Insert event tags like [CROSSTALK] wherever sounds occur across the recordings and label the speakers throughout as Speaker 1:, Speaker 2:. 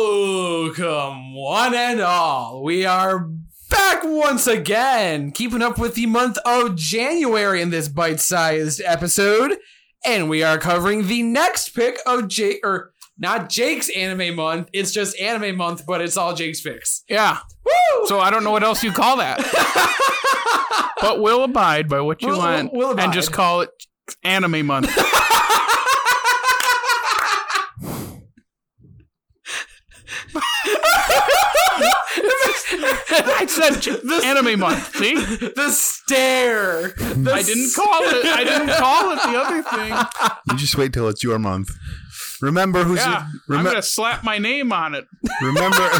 Speaker 1: Welcome, one and all. We are back once again, keeping up with the month of January in this bite-sized episode, and we are covering the next pick of Jake or not Jake's anime month. It's just anime month, but it's all Jake's picks.
Speaker 2: Yeah.
Speaker 1: Woo!
Speaker 2: So I don't know what else you
Speaker 1: [LAUGHS]
Speaker 2: call that, but we'll abide by what you
Speaker 1: We'll-
Speaker 2: want
Speaker 1: we'll abide.
Speaker 2: and just call it
Speaker 1: [LAUGHS]
Speaker 2: anime month. I said j- anime month. See?
Speaker 1: the stare. The
Speaker 2: I didn't call it. I didn't call it the other thing.
Speaker 3: You just wait till it's your month. Remember who's
Speaker 2: Yeah.
Speaker 3: in,
Speaker 2: I'm
Speaker 3: remem-
Speaker 2: gonna [LAUGHS] slap my name on it.
Speaker 3: remember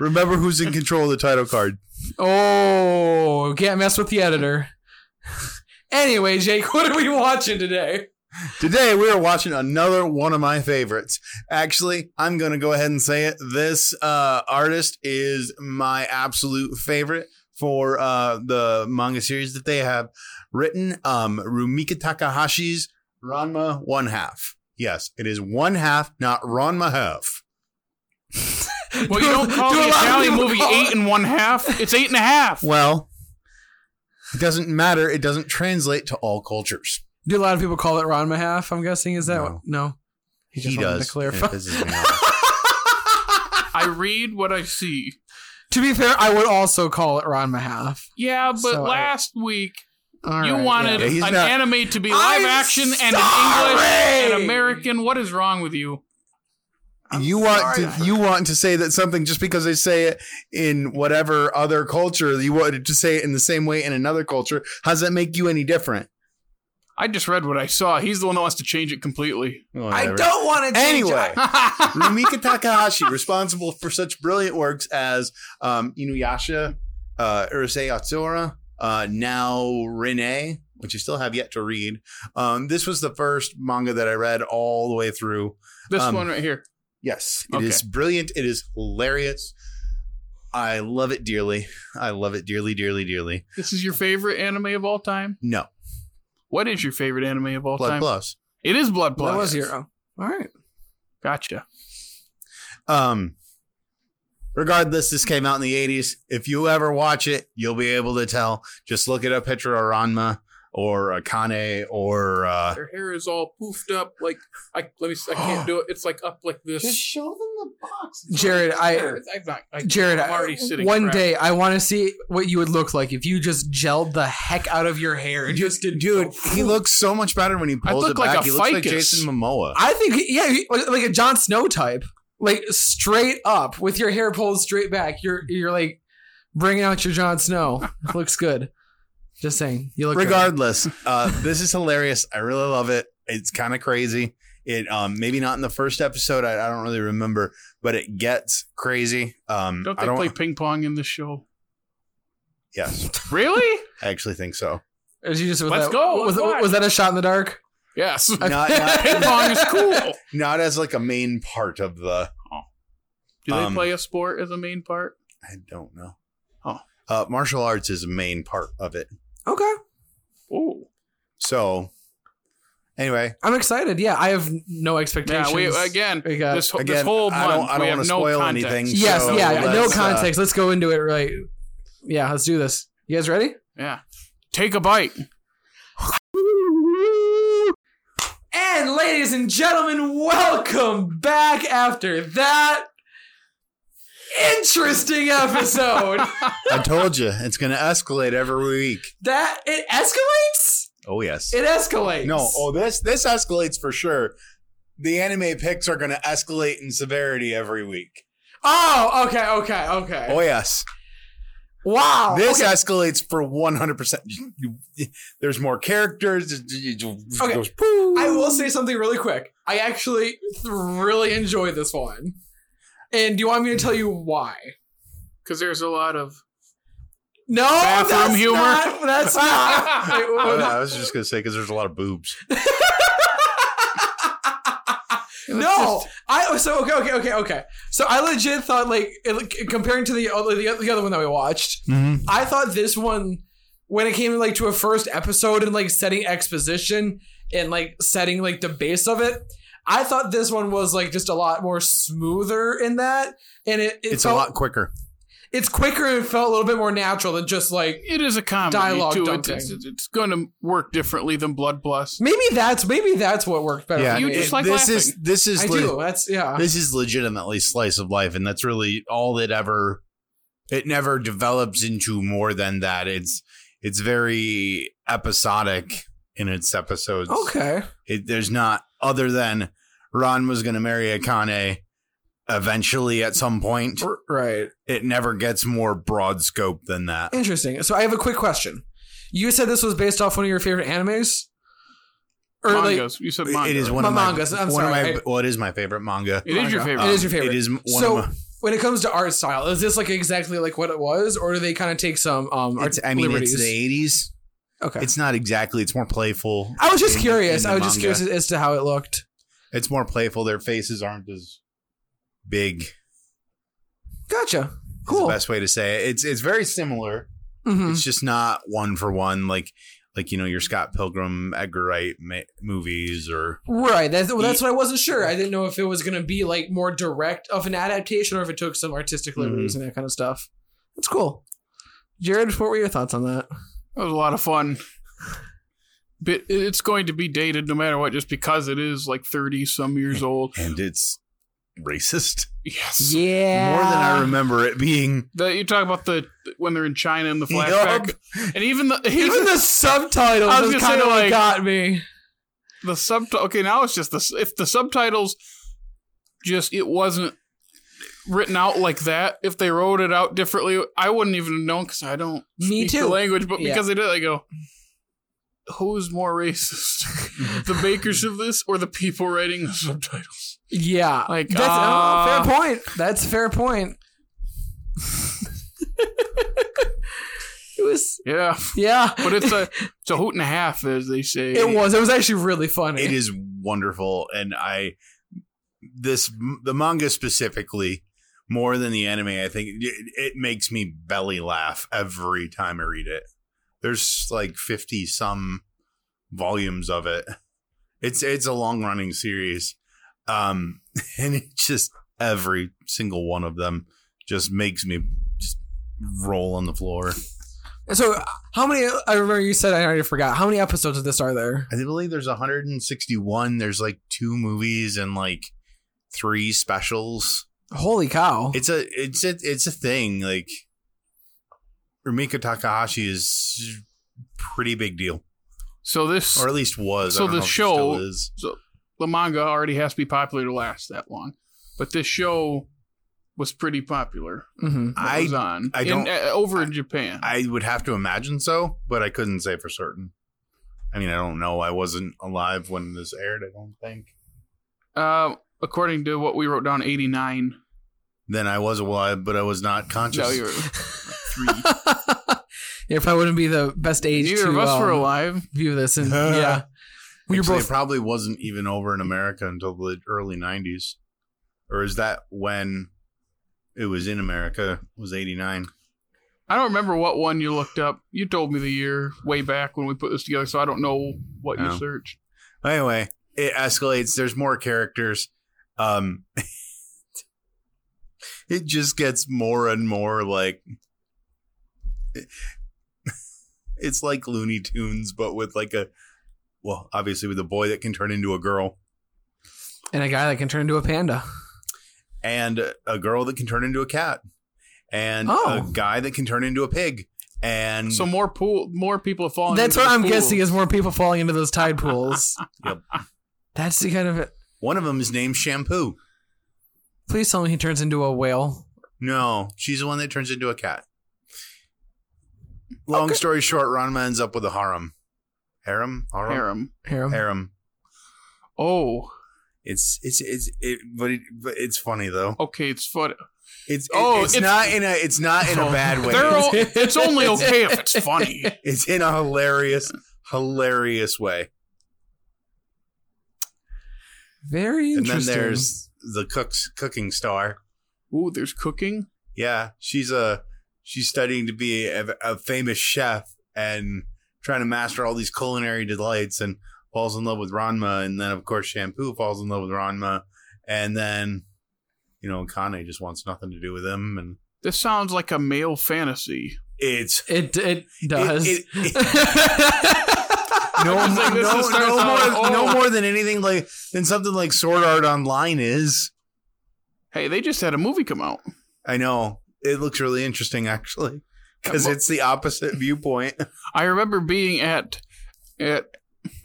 Speaker 3: remember who's in control of the title card.
Speaker 1: [LAUGHS] Oh, can't mess with the editor. [LAUGHS] anyway, Jake, [LAUGHS] what are we watching today?
Speaker 3: Today we are watching another one of my favorites. Actually, I'm going to go ahead and say it. This uh, artist is my absolute favorite for uh, the manga series that they have written. Um, Rumika Takahashi's Ranma One Half. Yes, it is one half, not Ranma half.
Speaker 2: Well, you don't call
Speaker 1: Do a
Speaker 2: the
Speaker 1: lot of
Speaker 2: Italian
Speaker 1: people
Speaker 2: movie
Speaker 1: call
Speaker 2: eight
Speaker 1: it-
Speaker 2: and one half. It's eight and a half.
Speaker 3: Well, it doesn't matter. It doesn't translate to all cultures.
Speaker 1: Do a lot of people call it Ron Half? I'm guessing is that what? No,
Speaker 3: he
Speaker 1: wanted
Speaker 3: does.
Speaker 1: To
Speaker 3: and it
Speaker 1: clarify.
Speaker 3: pisses me off.
Speaker 2: I read what I see.
Speaker 1: to be fair, I would also call it Ron Half.
Speaker 2: Yeah, but
Speaker 1: So I-
Speaker 2: last week
Speaker 1: All
Speaker 2: you
Speaker 1: right,
Speaker 2: wanted
Speaker 3: Yeah, he's
Speaker 2: an
Speaker 3: not-
Speaker 2: anime to be live
Speaker 1: I'm
Speaker 2: action and an
Speaker 1: sorry!
Speaker 2: English and American. What is wrong with you?
Speaker 1: [LAUGHS] I'm
Speaker 3: you want
Speaker 1: sorry.
Speaker 3: to you want to say that something just because they say it in whatever other culture you wanted to say it in the same way in another culture how does that make you any different
Speaker 2: I just read what I saw. He's the one that wants to change it completely. [LAUGHS]
Speaker 1: I don't want to. Change
Speaker 3: Anyway.
Speaker 1: I-
Speaker 3: Rumika Takahashi responsible for such brilliant works as um, Inuyasha uh, Urusei Yatsura uh, now Rene which I still have yet to read um, this was the first manga that I read all the way through
Speaker 2: This
Speaker 3: Um,
Speaker 2: one right here.
Speaker 3: Yes, it is
Speaker 2: Okay.
Speaker 3: brilliant. It is hilarious. I love it dearly. I love it dearly, dearly, dearly.
Speaker 2: This is your favorite anime of all time.
Speaker 3: No,
Speaker 2: What is your favorite anime of all
Speaker 3: blood
Speaker 2: time?
Speaker 3: plus.
Speaker 2: It is Blood Blood.
Speaker 1: that was zero. All right.
Speaker 2: Gotcha.
Speaker 3: Um, regardless, this came out in the '80s. If you ever watch it, you'll be able to tell. Just look at a picture of Ranma or a Kane or uh,
Speaker 2: Their hair is all poofed up. Like I let me. [GASPS] I can't do it. It's like up like this.
Speaker 3: show them the box,
Speaker 1: Jared, I
Speaker 2: I'm not. I,
Speaker 1: Jared,
Speaker 2: I'm already sitting
Speaker 1: one
Speaker 2: crap.
Speaker 1: day I want to see what you would look like if you just gelled the heck out of your hair and just did
Speaker 3: Dude,
Speaker 1: [LAUGHS]
Speaker 3: he looks so much better when he
Speaker 2: I
Speaker 3: pulls
Speaker 2: look
Speaker 3: it
Speaker 2: like
Speaker 3: back.
Speaker 2: a
Speaker 3: he looks like
Speaker 2: ficus.
Speaker 3: Jason Momoa.
Speaker 1: I think yeah, he- like a Jon Snow type, like straight up with your hair pulled straight back. You're you're like bringing out your Jon Snow. looks good. Just saying, you look
Speaker 2: [LAUGHS]
Speaker 3: regardless uh this is hilarious i really love it it's kind of crazy it um maybe not in the first episode I, I don't really remember but it gets crazy um
Speaker 2: Don't
Speaker 3: i
Speaker 2: they
Speaker 3: don't
Speaker 2: play ping pong in this show?
Speaker 3: yes
Speaker 2: Really?
Speaker 1: [LAUGHS]
Speaker 3: i actually
Speaker 2: [LAUGHS]
Speaker 3: think so
Speaker 1: good. Is you just, was
Speaker 2: Let's
Speaker 1: that,
Speaker 2: go,
Speaker 1: Was,
Speaker 2: let's watch.
Speaker 1: was that a shot in the dark?
Speaker 2: Yes.
Speaker 3: not, not,
Speaker 2: ping pong is cool.
Speaker 3: not as like a main part of the
Speaker 2: Do they
Speaker 3: Um,
Speaker 2: play a sport as a main part?
Speaker 3: i don't know
Speaker 2: Oh.
Speaker 3: uh martial arts is a main part of it
Speaker 1: Okay,
Speaker 2: Oh,
Speaker 3: so anyway
Speaker 1: I'm excited. Yeah, I have no expectations.
Speaker 2: yeah. We again.
Speaker 1: We got-
Speaker 2: this, wh- this
Speaker 3: again,
Speaker 2: whole month,
Speaker 3: I don't- I don't
Speaker 2: we have
Speaker 3: wanna
Speaker 2: no
Speaker 3: spoil
Speaker 2: context.
Speaker 3: anything.
Speaker 1: yes,
Speaker 3: so
Speaker 1: yeah, no
Speaker 3: let's, uh,
Speaker 1: context. let's go into it right. Yeah, let's do this. You guys ready?
Speaker 2: Yeah. Take a bite.
Speaker 1: [LAUGHS] And ladies and gentlemen, welcome back after that interesting
Speaker 3: [LAUGHS]
Speaker 1: episode.
Speaker 3: i told you it's gonna escalate every week
Speaker 1: that it escalates.
Speaker 3: oh yes
Speaker 1: It escalates.
Speaker 3: No, oh this this escalates for sure. The anime picks are going to escalate in severity every week.
Speaker 1: Oh, okay, okay, okay.
Speaker 3: Oh yes,
Speaker 1: wow.
Speaker 3: this
Speaker 1: Oh, okay.
Speaker 3: escalates for one hundred percent. There's more characters.
Speaker 1: Okay. Oh,
Speaker 3: Okay.
Speaker 1: I will say something really quick. I actually th- really enjoy this one. And do you want me to tell you why?
Speaker 2: Because there's a lot of.
Speaker 1: No,
Speaker 2: Bathroom
Speaker 1: that's
Speaker 2: humor?
Speaker 1: Not, that's not.
Speaker 3: [LAUGHS]
Speaker 1: Wait, what-
Speaker 3: I was just going to say because there's a lot of boobs.
Speaker 1: No, I so okay, okay, okay, okay. So I legit thought like it- comparing to the other the, other one that we watched,
Speaker 3: Mm-hmm.
Speaker 1: I thought this one when it came like to a first episode and like setting exposition and like setting like the base of it, I thought this one was like just a lot more smoother in that, and it, it
Speaker 3: It's
Speaker 1: felt-
Speaker 3: a lot quicker.
Speaker 1: It's quicker and felt a little bit more natural than just like
Speaker 2: It is a comedy
Speaker 1: Dialogue
Speaker 2: too.
Speaker 1: dumping.
Speaker 2: It's, it's, it's going to work differently than Blood Blust.
Speaker 1: maybe that's maybe that's what worked better.
Speaker 3: Yeah,
Speaker 1: for
Speaker 2: You
Speaker 1: me.
Speaker 2: just like
Speaker 3: this
Speaker 2: laughing.
Speaker 3: is this is
Speaker 1: I
Speaker 3: le-
Speaker 1: do. That's yeah.
Speaker 3: this is legitimately slice of life, and that's really all it ever. It never develops into more than that. It's it's very episodic in its episodes.
Speaker 1: Okay.
Speaker 3: It, there's not other than Ron was going to marry Akane eventually at some point.
Speaker 1: R- right.
Speaker 3: It never gets more broad scope than that.
Speaker 1: Interesting. So I have a quick question. You said this was based off one of your favorite animes, or like
Speaker 2: Mangas. you said manga.
Speaker 3: It is one
Speaker 1: My
Speaker 3: of my
Speaker 1: mangas, I'm
Speaker 3: one
Speaker 1: sorry,
Speaker 3: Of my,
Speaker 1: I-
Speaker 3: well, it is my favorite manga.
Speaker 2: It is
Speaker 1: Manga.
Speaker 2: your favorite.
Speaker 1: It is your
Speaker 3: It
Speaker 1: favorite.
Speaker 3: is m- one
Speaker 1: So-
Speaker 3: of my,
Speaker 1: when it comes to art style, is this like exactly like what it was, or do they kind of take some um? Art
Speaker 3: it's, I mean,
Speaker 1: liberties?
Speaker 3: it's the eighties.
Speaker 1: okay.
Speaker 3: It's not exactly. It's more playful.
Speaker 1: I was just
Speaker 3: in-
Speaker 1: curious.
Speaker 3: in the
Speaker 1: I was just
Speaker 3: manga.
Speaker 1: curious as- as to how it looked.
Speaker 3: It's more playful. Their faces aren't as big.
Speaker 1: Gotcha.
Speaker 3: Is
Speaker 1: Cool.
Speaker 3: the best way to say it. It's it's very similar.
Speaker 1: Mhm.
Speaker 3: It's just not one for one like like you know your Scott Pilgrim, Edgar Wright ma- movies or
Speaker 1: Right. That's, well, that's what I wasn't sure. I didn't know if it was going to be like more direct of an adaptation or if it took some artistic
Speaker 3: Mm-hmm.
Speaker 1: liberties and that kind of stuff. That's cool. Jared, what were your thoughts on that?
Speaker 2: That was a lot of fun. But it's going to be dated no matter what, just because it is like thirty some years
Speaker 3: [LAUGHS]
Speaker 2: old.
Speaker 3: and it's racist
Speaker 2: Yes.
Speaker 1: Yeah.
Speaker 3: more than I remember it being.
Speaker 2: The, you talk about the when they're in China in the
Speaker 3: Yup.
Speaker 2: flashback, and even the
Speaker 1: Even the subtitles
Speaker 2: I was
Speaker 1: is
Speaker 2: gonna
Speaker 1: kind
Speaker 2: say,
Speaker 1: of what
Speaker 2: like-
Speaker 1: got me.
Speaker 2: the subtitle. Okay, now it's just the s- if the subtitles just it wasn't written out like that. If they wrote it out differently, I wouldn't even have known because I don't
Speaker 1: Me
Speaker 2: speak the
Speaker 1: too.
Speaker 2: language. But
Speaker 1: Yeah.
Speaker 2: because they did, I go, who's more
Speaker 3: [LAUGHS]
Speaker 2: racist, the makers of this or the people writing the subtitles?
Speaker 1: Yeah.
Speaker 2: Like,
Speaker 1: That's
Speaker 2: uh,
Speaker 1: oh, fair point. That's a fair
Speaker 2: [LAUGHS]
Speaker 1: point. it was
Speaker 2: yeah.
Speaker 1: yeah.
Speaker 2: But it's a it's a hoot and a half, as they say.
Speaker 1: it was. It was actually really funny.
Speaker 3: It is wonderful, and I this the manga specifically more than the anime. I think it, it makes me belly laugh every time I read it. There's like fifty some volumes of it. It's it's a long running series, um, [LAUGHS] and it just every single one of them just makes me just roll on the floor.
Speaker 1: So how many? I remember you said I already forgot. How many episodes of this are there?
Speaker 3: I believe there's 161. There's like two movies and like three specials.
Speaker 1: Holy cow!
Speaker 3: It's a it's a it's a thing. Like Rumika Takahashi is pretty big deal,
Speaker 2: so this
Speaker 3: or at least was. I
Speaker 2: So
Speaker 3: don't
Speaker 2: the
Speaker 3: know if it
Speaker 2: show-
Speaker 3: still is.
Speaker 2: the manga already has to be popular to last that long, but this show was pretty popular.
Speaker 1: [LAUGHS] hmm
Speaker 2: that
Speaker 3: I-
Speaker 2: was on
Speaker 3: I
Speaker 2: in-
Speaker 3: don't-
Speaker 2: uh, over in Japan.
Speaker 3: I would have to imagine so, but I couldn't say for certain. I mean, I don't know. I wasn't alive when this aired. I don't think.
Speaker 2: uh, according to what we wrote down, eighty nine.
Speaker 3: Then I was alive, but I was not conscious.
Speaker 2: No, you're three.
Speaker 1: yeah, probably wouldn't be the best age.
Speaker 2: Neither
Speaker 1: to,
Speaker 2: of us were
Speaker 1: um,
Speaker 2: alive.
Speaker 1: View this
Speaker 2: [LAUGHS]
Speaker 1: and yeah, we were
Speaker 3: Actually,
Speaker 1: both.
Speaker 3: It probably wasn't even over in America until the early '90s, or is that when it was in America? Was '89?
Speaker 2: I don't remember what one you looked up. You told me the year way back when we put this together, so I don't know what
Speaker 3: No.
Speaker 2: you searched.
Speaker 3: Anyway, it escalates. There's more characters. Um, [LAUGHS] it just gets more and more like [LAUGHS] it's like Looney Tunes, but with like a well, obviously with a boy that can turn into a girl
Speaker 1: and a guy that can turn into a panda.
Speaker 3: and a girl that can turn into a cat and
Speaker 1: Oh.
Speaker 3: a guy that can turn into a pig and
Speaker 2: So more pool, more people have fallen.
Speaker 1: Mm. That's
Speaker 2: into
Speaker 1: what
Speaker 2: the
Speaker 1: I'm
Speaker 2: pool.
Speaker 1: guessing is more people falling into those tide pools.
Speaker 3: [LAUGHS] Yep.
Speaker 1: That's the kind of.
Speaker 3: one of them is named Shampoo.
Speaker 1: Please tell me he turns into a whale.
Speaker 3: No, she's the one that turns into a cat. Long story short, Ranma ends up with a harem. Harem? Harem?
Speaker 2: harem.
Speaker 1: Harem.
Speaker 3: Harem.
Speaker 2: Oh,
Speaker 3: It's it's it's it, but, it, but it's funny though.
Speaker 2: okay, it's funny.
Speaker 3: It's
Speaker 2: Oh,
Speaker 3: oh, it's,
Speaker 2: it's-
Speaker 3: not in a it's not in a
Speaker 2: Oh.
Speaker 3: bad way.
Speaker 2: They're
Speaker 1: [LAUGHS]
Speaker 2: all- it's only okay if it's funny.
Speaker 3: It's in a hilarious hilarious way.
Speaker 1: Very
Speaker 3: And
Speaker 1: interesting.
Speaker 3: then there's the cook's cooking star.
Speaker 2: Ooh, there's cooking.
Speaker 3: Yeah, she's a she's studying to be a, a famous chef and trying to master all these culinary delights and falls in love with Ranma, and then of course Shampoo falls in love with Ranma, and then you know Kane just wants nothing to do with him, and
Speaker 2: This sounds like a male fantasy.
Speaker 3: it's
Speaker 1: It it does.
Speaker 3: it-
Speaker 1: [LAUGHS]
Speaker 3: no, [LAUGHS]
Speaker 2: I was like,
Speaker 3: no,
Speaker 2: this is starting
Speaker 3: no
Speaker 2: to sound
Speaker 3: more,
Speaker 2: like,
Speaker 3: no
Speaker 2: oh.
Speaker 3: more than anything like than something like Sword Art Online is.
Speaker 2: Hey, they just had a movie come out.
Speaker 3: I know it looks really interesting actually because it's the opposite viewpoint.
Speaker 2: I remember being at at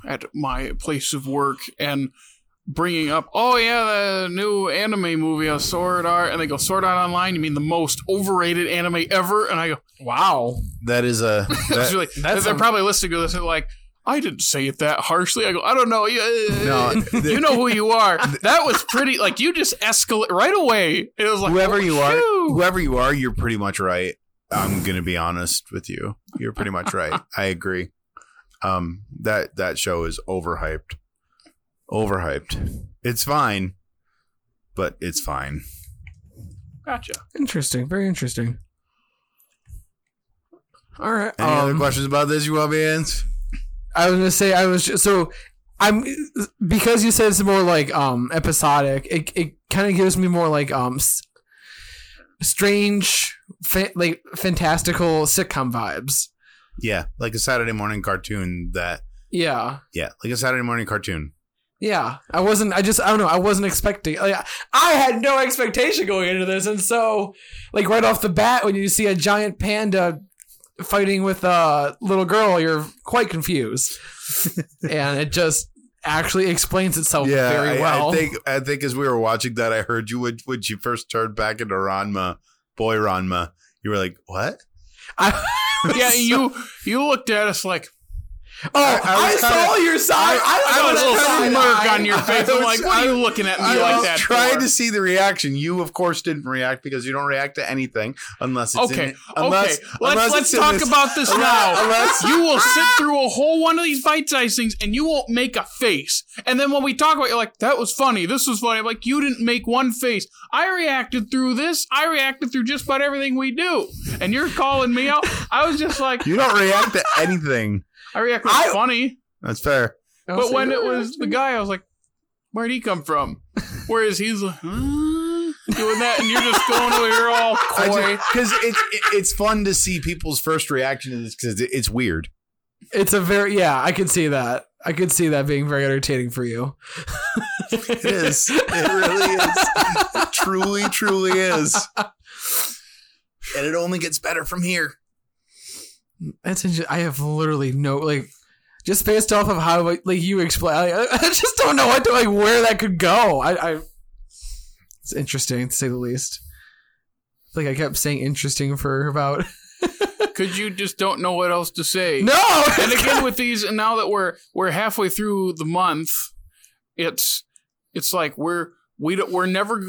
Speaker 2: at my place of work and bringing up, oh yeah, the new anime movie, uh, Sword Art, and they go Sword Art Online. You mean the most overrated anime ever? And I go,
Speaker 1: wow.
Speaker 3: That is a
Speaker 2: that's
Speaker 3: that- [LAUGHS]
Speaker 2: really.
Speaker 1: that's
Speaker 2: they're
Speaker 1: a-
Speaker 2: probably listening to this and like, I didn't say it that harshly. I go, I don't know.
Speaker 3: no.
Speaker 2: No,
Speaker 3: [LAUGHS] the-
Speaker 2: you know who you are. That was pretty. Like you just escalate right away. It was like
Speaker 3: whoever you are,
Speaker 2: phew.
Speaker 3: whoever you are, you're pretty much right. I'm gonna be honest with you. You're pretty
Speaker 1: [LAUGHS]
Speaker 3: much right. I agree. Um, that that show is overhyped. Overhyped. It's fine, but it's fine.
Speaker 2: Gotcha.
Speaker 4: Interesting. Very interesting. All right.
Speaker 3: Any other
Speaker 4: um,
Speaker 3: questions about this, you wubbians?
Speaker 1: I was gonna say I was just, so I'm because you said it's more like um episodic. It it kind of gives me more like um s- strange fa- like fantastical sitcom vibes.
Speaker 3: Yeah, like a Saturday morning cartoon. That
Speaker 1: Yeah.
Speaker 3: yeah, like a Saturday morning cartoon.
Speaker 1: Yeah, I wasn't. I just. I don't know. I wasn't expecting. Like, I had no expectation going into this, and so, like right off the bat, when you see a giant panda fighting with a little girl, you're quite
Speaker 3: [LAUGHS]
Speaker 1: confused, and it just actually explains itself
Speaker 3: yeah,
Speaker 1: Oh, very
Speaker 3: I-
Speaker 1: well.
Speaker 3: I, think I think as we were watching that, I heard you when when she first turned back into Ranma, boy Ranma. You were like, what?
Speaker 1: I-
Speaker 2: Yeah, you you looked at us like
Speaker 1: oh,
Speaker 3: I-
Speaker 1: I,
Speaker 3: I was kinda-
Speaker 1: saw your side. I,
Speaker 2: I
Speaker 1: saw
Speaker 2: was a
Speaker 1: that
Speaker 2: little
Speaker 1: side
Speaker 2: smirk
Speaker 1: eye.
Speaker 2: [LAUGHS] on your face.
Speaker 3: I
Speaker 2: I'm
Speaker 3: was-
Speaker 2: like, what are you looking at me
Speaker 3: I
Speaker 2: like
Speaker 3: was
Speaker 2: that?
Speaker 3: trying
Speaker 2: for?
Speaker 3: to see the reaction. You, of course, didn't react because you don't react to anything unless it's
Speaker 2: Okay,
Speaker 3: in, unless,
Speaker 2: okay.
Speaker 3: unless
Speaker 2: Let's
Speaker 3: it's
Speaker 2: let's
Speaker 3: in
Speaker 2: talk
Speaker 3: this-
Speaker 2: about this now.
Speaker 3: unless,
Speaker 2: you will sit through a whole one of these bite-sized things, and you won't make a face. And then when we talk about, it, you're like, "That was funny. This was funny." I'm like, you didn't make one face. I reacted through this. I reacted through just about everything we do, and you're calling me out. I was just like,
Speaker 3: you don't react to anything.
Speaker 2: I reacted
Speaker 1: I-
Speaker 2: funny.
Speaker 3: That's fair.
Speaker 1: I was
Speaker 2: But when
Speaker 1: like,
Speaker 2: it was the guy, I was like, where'd he come from? Whereas he's like, "Huh?" doing that, and you're just going over here all coy.
Speaker 3: Because it's it, it's fun to see people's first reaction to this because it, it's weird.
Speaker 1: it's a very yeah. I could see that. I could see that being very entertaining for you.
Speaker 3: It is. It really is. It truly, truly
Speaker 2: [LAUGHS]
Speaker 3: is. And it only gets better from here.
Speaker 1: That's inter- I have literally no like, just based off of how like you explain. I, I just don't know what to like where that could go. I, I it's interesting to say the least. Like I kept saying interesting for about [LAUGHS]
Speaker 2: Because you just don't know what else to say.
Speaker 1: no.
Speaker 2: And again, with these, and now that we're we're halfway through the month, it's it's like we're we don't, we're never.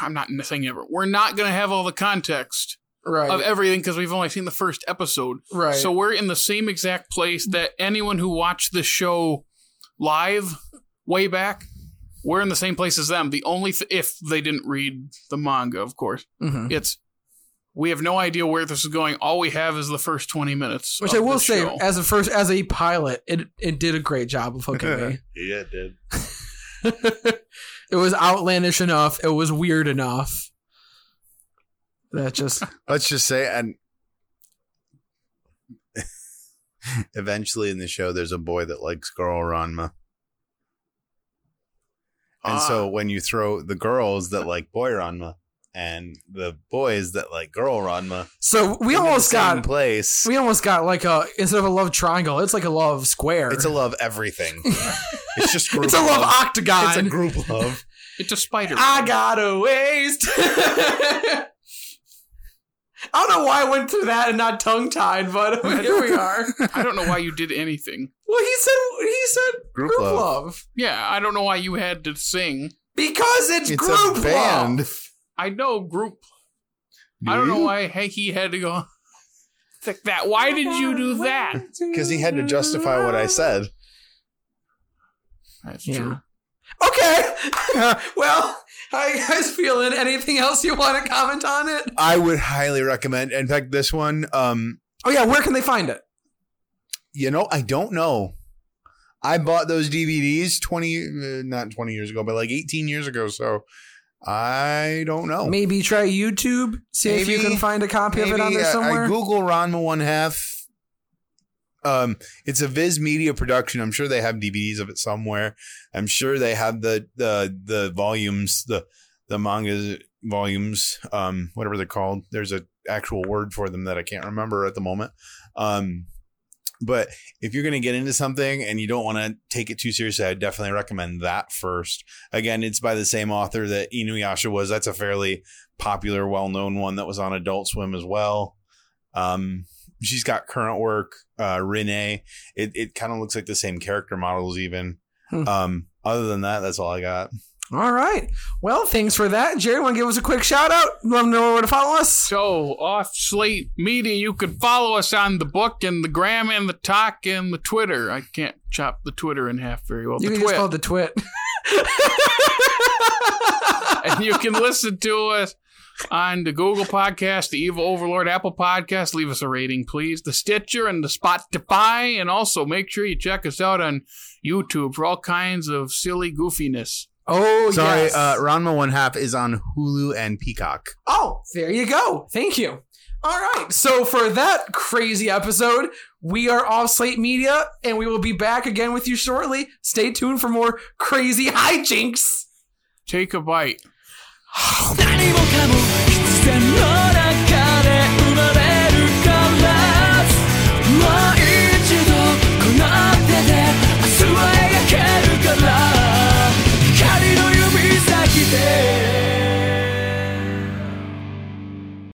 Speaker 2: I'm not saying never. We're not gonna have all the context of
Speaker 1: right,
Speaker 2: everything because we've only seen the first episode.
Speaker 1: right.
Speaker 2: So we're in the same exact place that anyone who watched this show live way back, we're in the same place as them. The only th- if they didn't read the manga, of course,
Speaker 1: Mhm.
Speaker 2: it's we have no idea where this is going. All we have is the first twenty minutes,
Speaker 1: Which
Speaker 2: of
Speaker 1: I will
Speaker 2: the
Speaker 1: say,
Speaker 2: show.
Speaker 1: as a first, as a pilot, it it did a great job of [LAUGHS] hooking me.
Speaker 3: Yeah, it did.
Speaker 1: it was outlandish enough. It was weird enough. That just
Speaker 3: let's just say and [LAUGHS] eventually in the show there's a boy that likes girl ranma and
Speaker 1: Ah.
Speaker 3: so when you throw the girls that like boy ranma and the boys that like girl ranma
Speaker 1: so we
Speaker 3: into the
Speaker 1: almost
Speaker 3: same
Speaker 1: got
Speaker 3: place
Speaker 1: We almost got like a instead of a love triangle, it's like a love square. [LAUGHS]
Speaker 3: it's a love everything it's just group
Speaker 1: It's a love
Speaker 3: it's a
Speaker 1: octagon.
Speaker 3: group love
Speaker 1: [LAUGHS]
Speaker 2: it's a spider.
Speaker 1: I got a waist. [LAUGHS] I don't know why I went through that and not tongue tied, but [LAUGHS] here
Speaker 3: [LAUGHS]
Speaker 1: we are.
Speaker 2: I don't know why you did anything.
Speaker 1: Well, he said he said
Speaker 3: group,
Speaker 1: group
Speaker 3: love,
Speaker 1: love,
Speaker 2: Yeah, I don't know why you had to sing.
Speaker 1: because it's,
Speaker 3: it's
Speaker 1: group
Speaker 3: a band
Speaker 1: love.
Speaker 2: I know group. I don't know why hey, he had to go. It's like that. Why did you do that?
Speaker 3: because he had to justify what i said
Speaker 1: [LAUGHS]
Speaker 2: That's
Speaker 1: Yeah.
Speaker 2: true.
Speaker 1: Okay. [LAUGHS] well, how you guys feeling? Anything else you want to comment on it?
Speaker 3: i would highly recommend in fact this one um
Speaker 1: Oh yeah, where can they find it?
Speaker 3: You know, I don't know. I bought those DVDs 20, uh, not 20 years ago, but like 18 years ago. So I don't know.
Speaker 1: Maybe try YouTube. See if you
Speaker 3: Maybe-
Speaker 1: can find a copy of it on there
Speaker 3: I-
Speaker 1: somewhere.
Speaker 3: I Google Ranma One Half. Um, it's a Viz Media production. I'm sure they have DVDs of it somewhere. I'm sure they have the the the volumes, the the manga volumes, um, whatever they're called. There's a actual word for them that I can't remember at the moment. Um, but if you're going to get into something and you don't want to take it too seriously, I definitely recommend that first. Again, it's by the same author that Inuyasha was. That's a fairly popular, well known one that was on Adult Swim as well. Um, she's got current work, uh, Renee. It, it kind of looks like the same character models, even.
Speaker 1: Hmm.
Speaker 3: Um, other than that, that's all I got.
Speaker 1: All right. Well, thanks for that, Jerry. Want to give us a quick shout out? Let them know where to follow us.
Speaker 2: So, off slate media, you can follow us on the book and the gram and the talk and the Twitter. I can't chop the Twitter in half very well.
Speaker 1: you
Speaker 2: the
Speaker 1: can just
Speaker 2: Twit.
Speaker 1: call it the twit. [LAUGHS]
Speaker 2: and you can listen to us on the Google Podcast, the Evil Overlord Apple Podcast. Leave us a rating, please. The Stitcher and the Spotify. And also make sure you check us out on YouTube for all kinds of silly goofiness.
Speaker 1: oh,
Speaker 3: Sorry,
Speaker 1: yes.
Speaker 3: uh, Ranma One Half is on Hulu and Peacock.
Speaker 1: Oh, there you go. Thank you. All right. So for that crazy episode, we are off Slate Media, and we will be back again with you shortly. Stay tuned for more crazy hijinks.
Speaker 2: Take a bite.
Speaker 5: 何もかも必然の中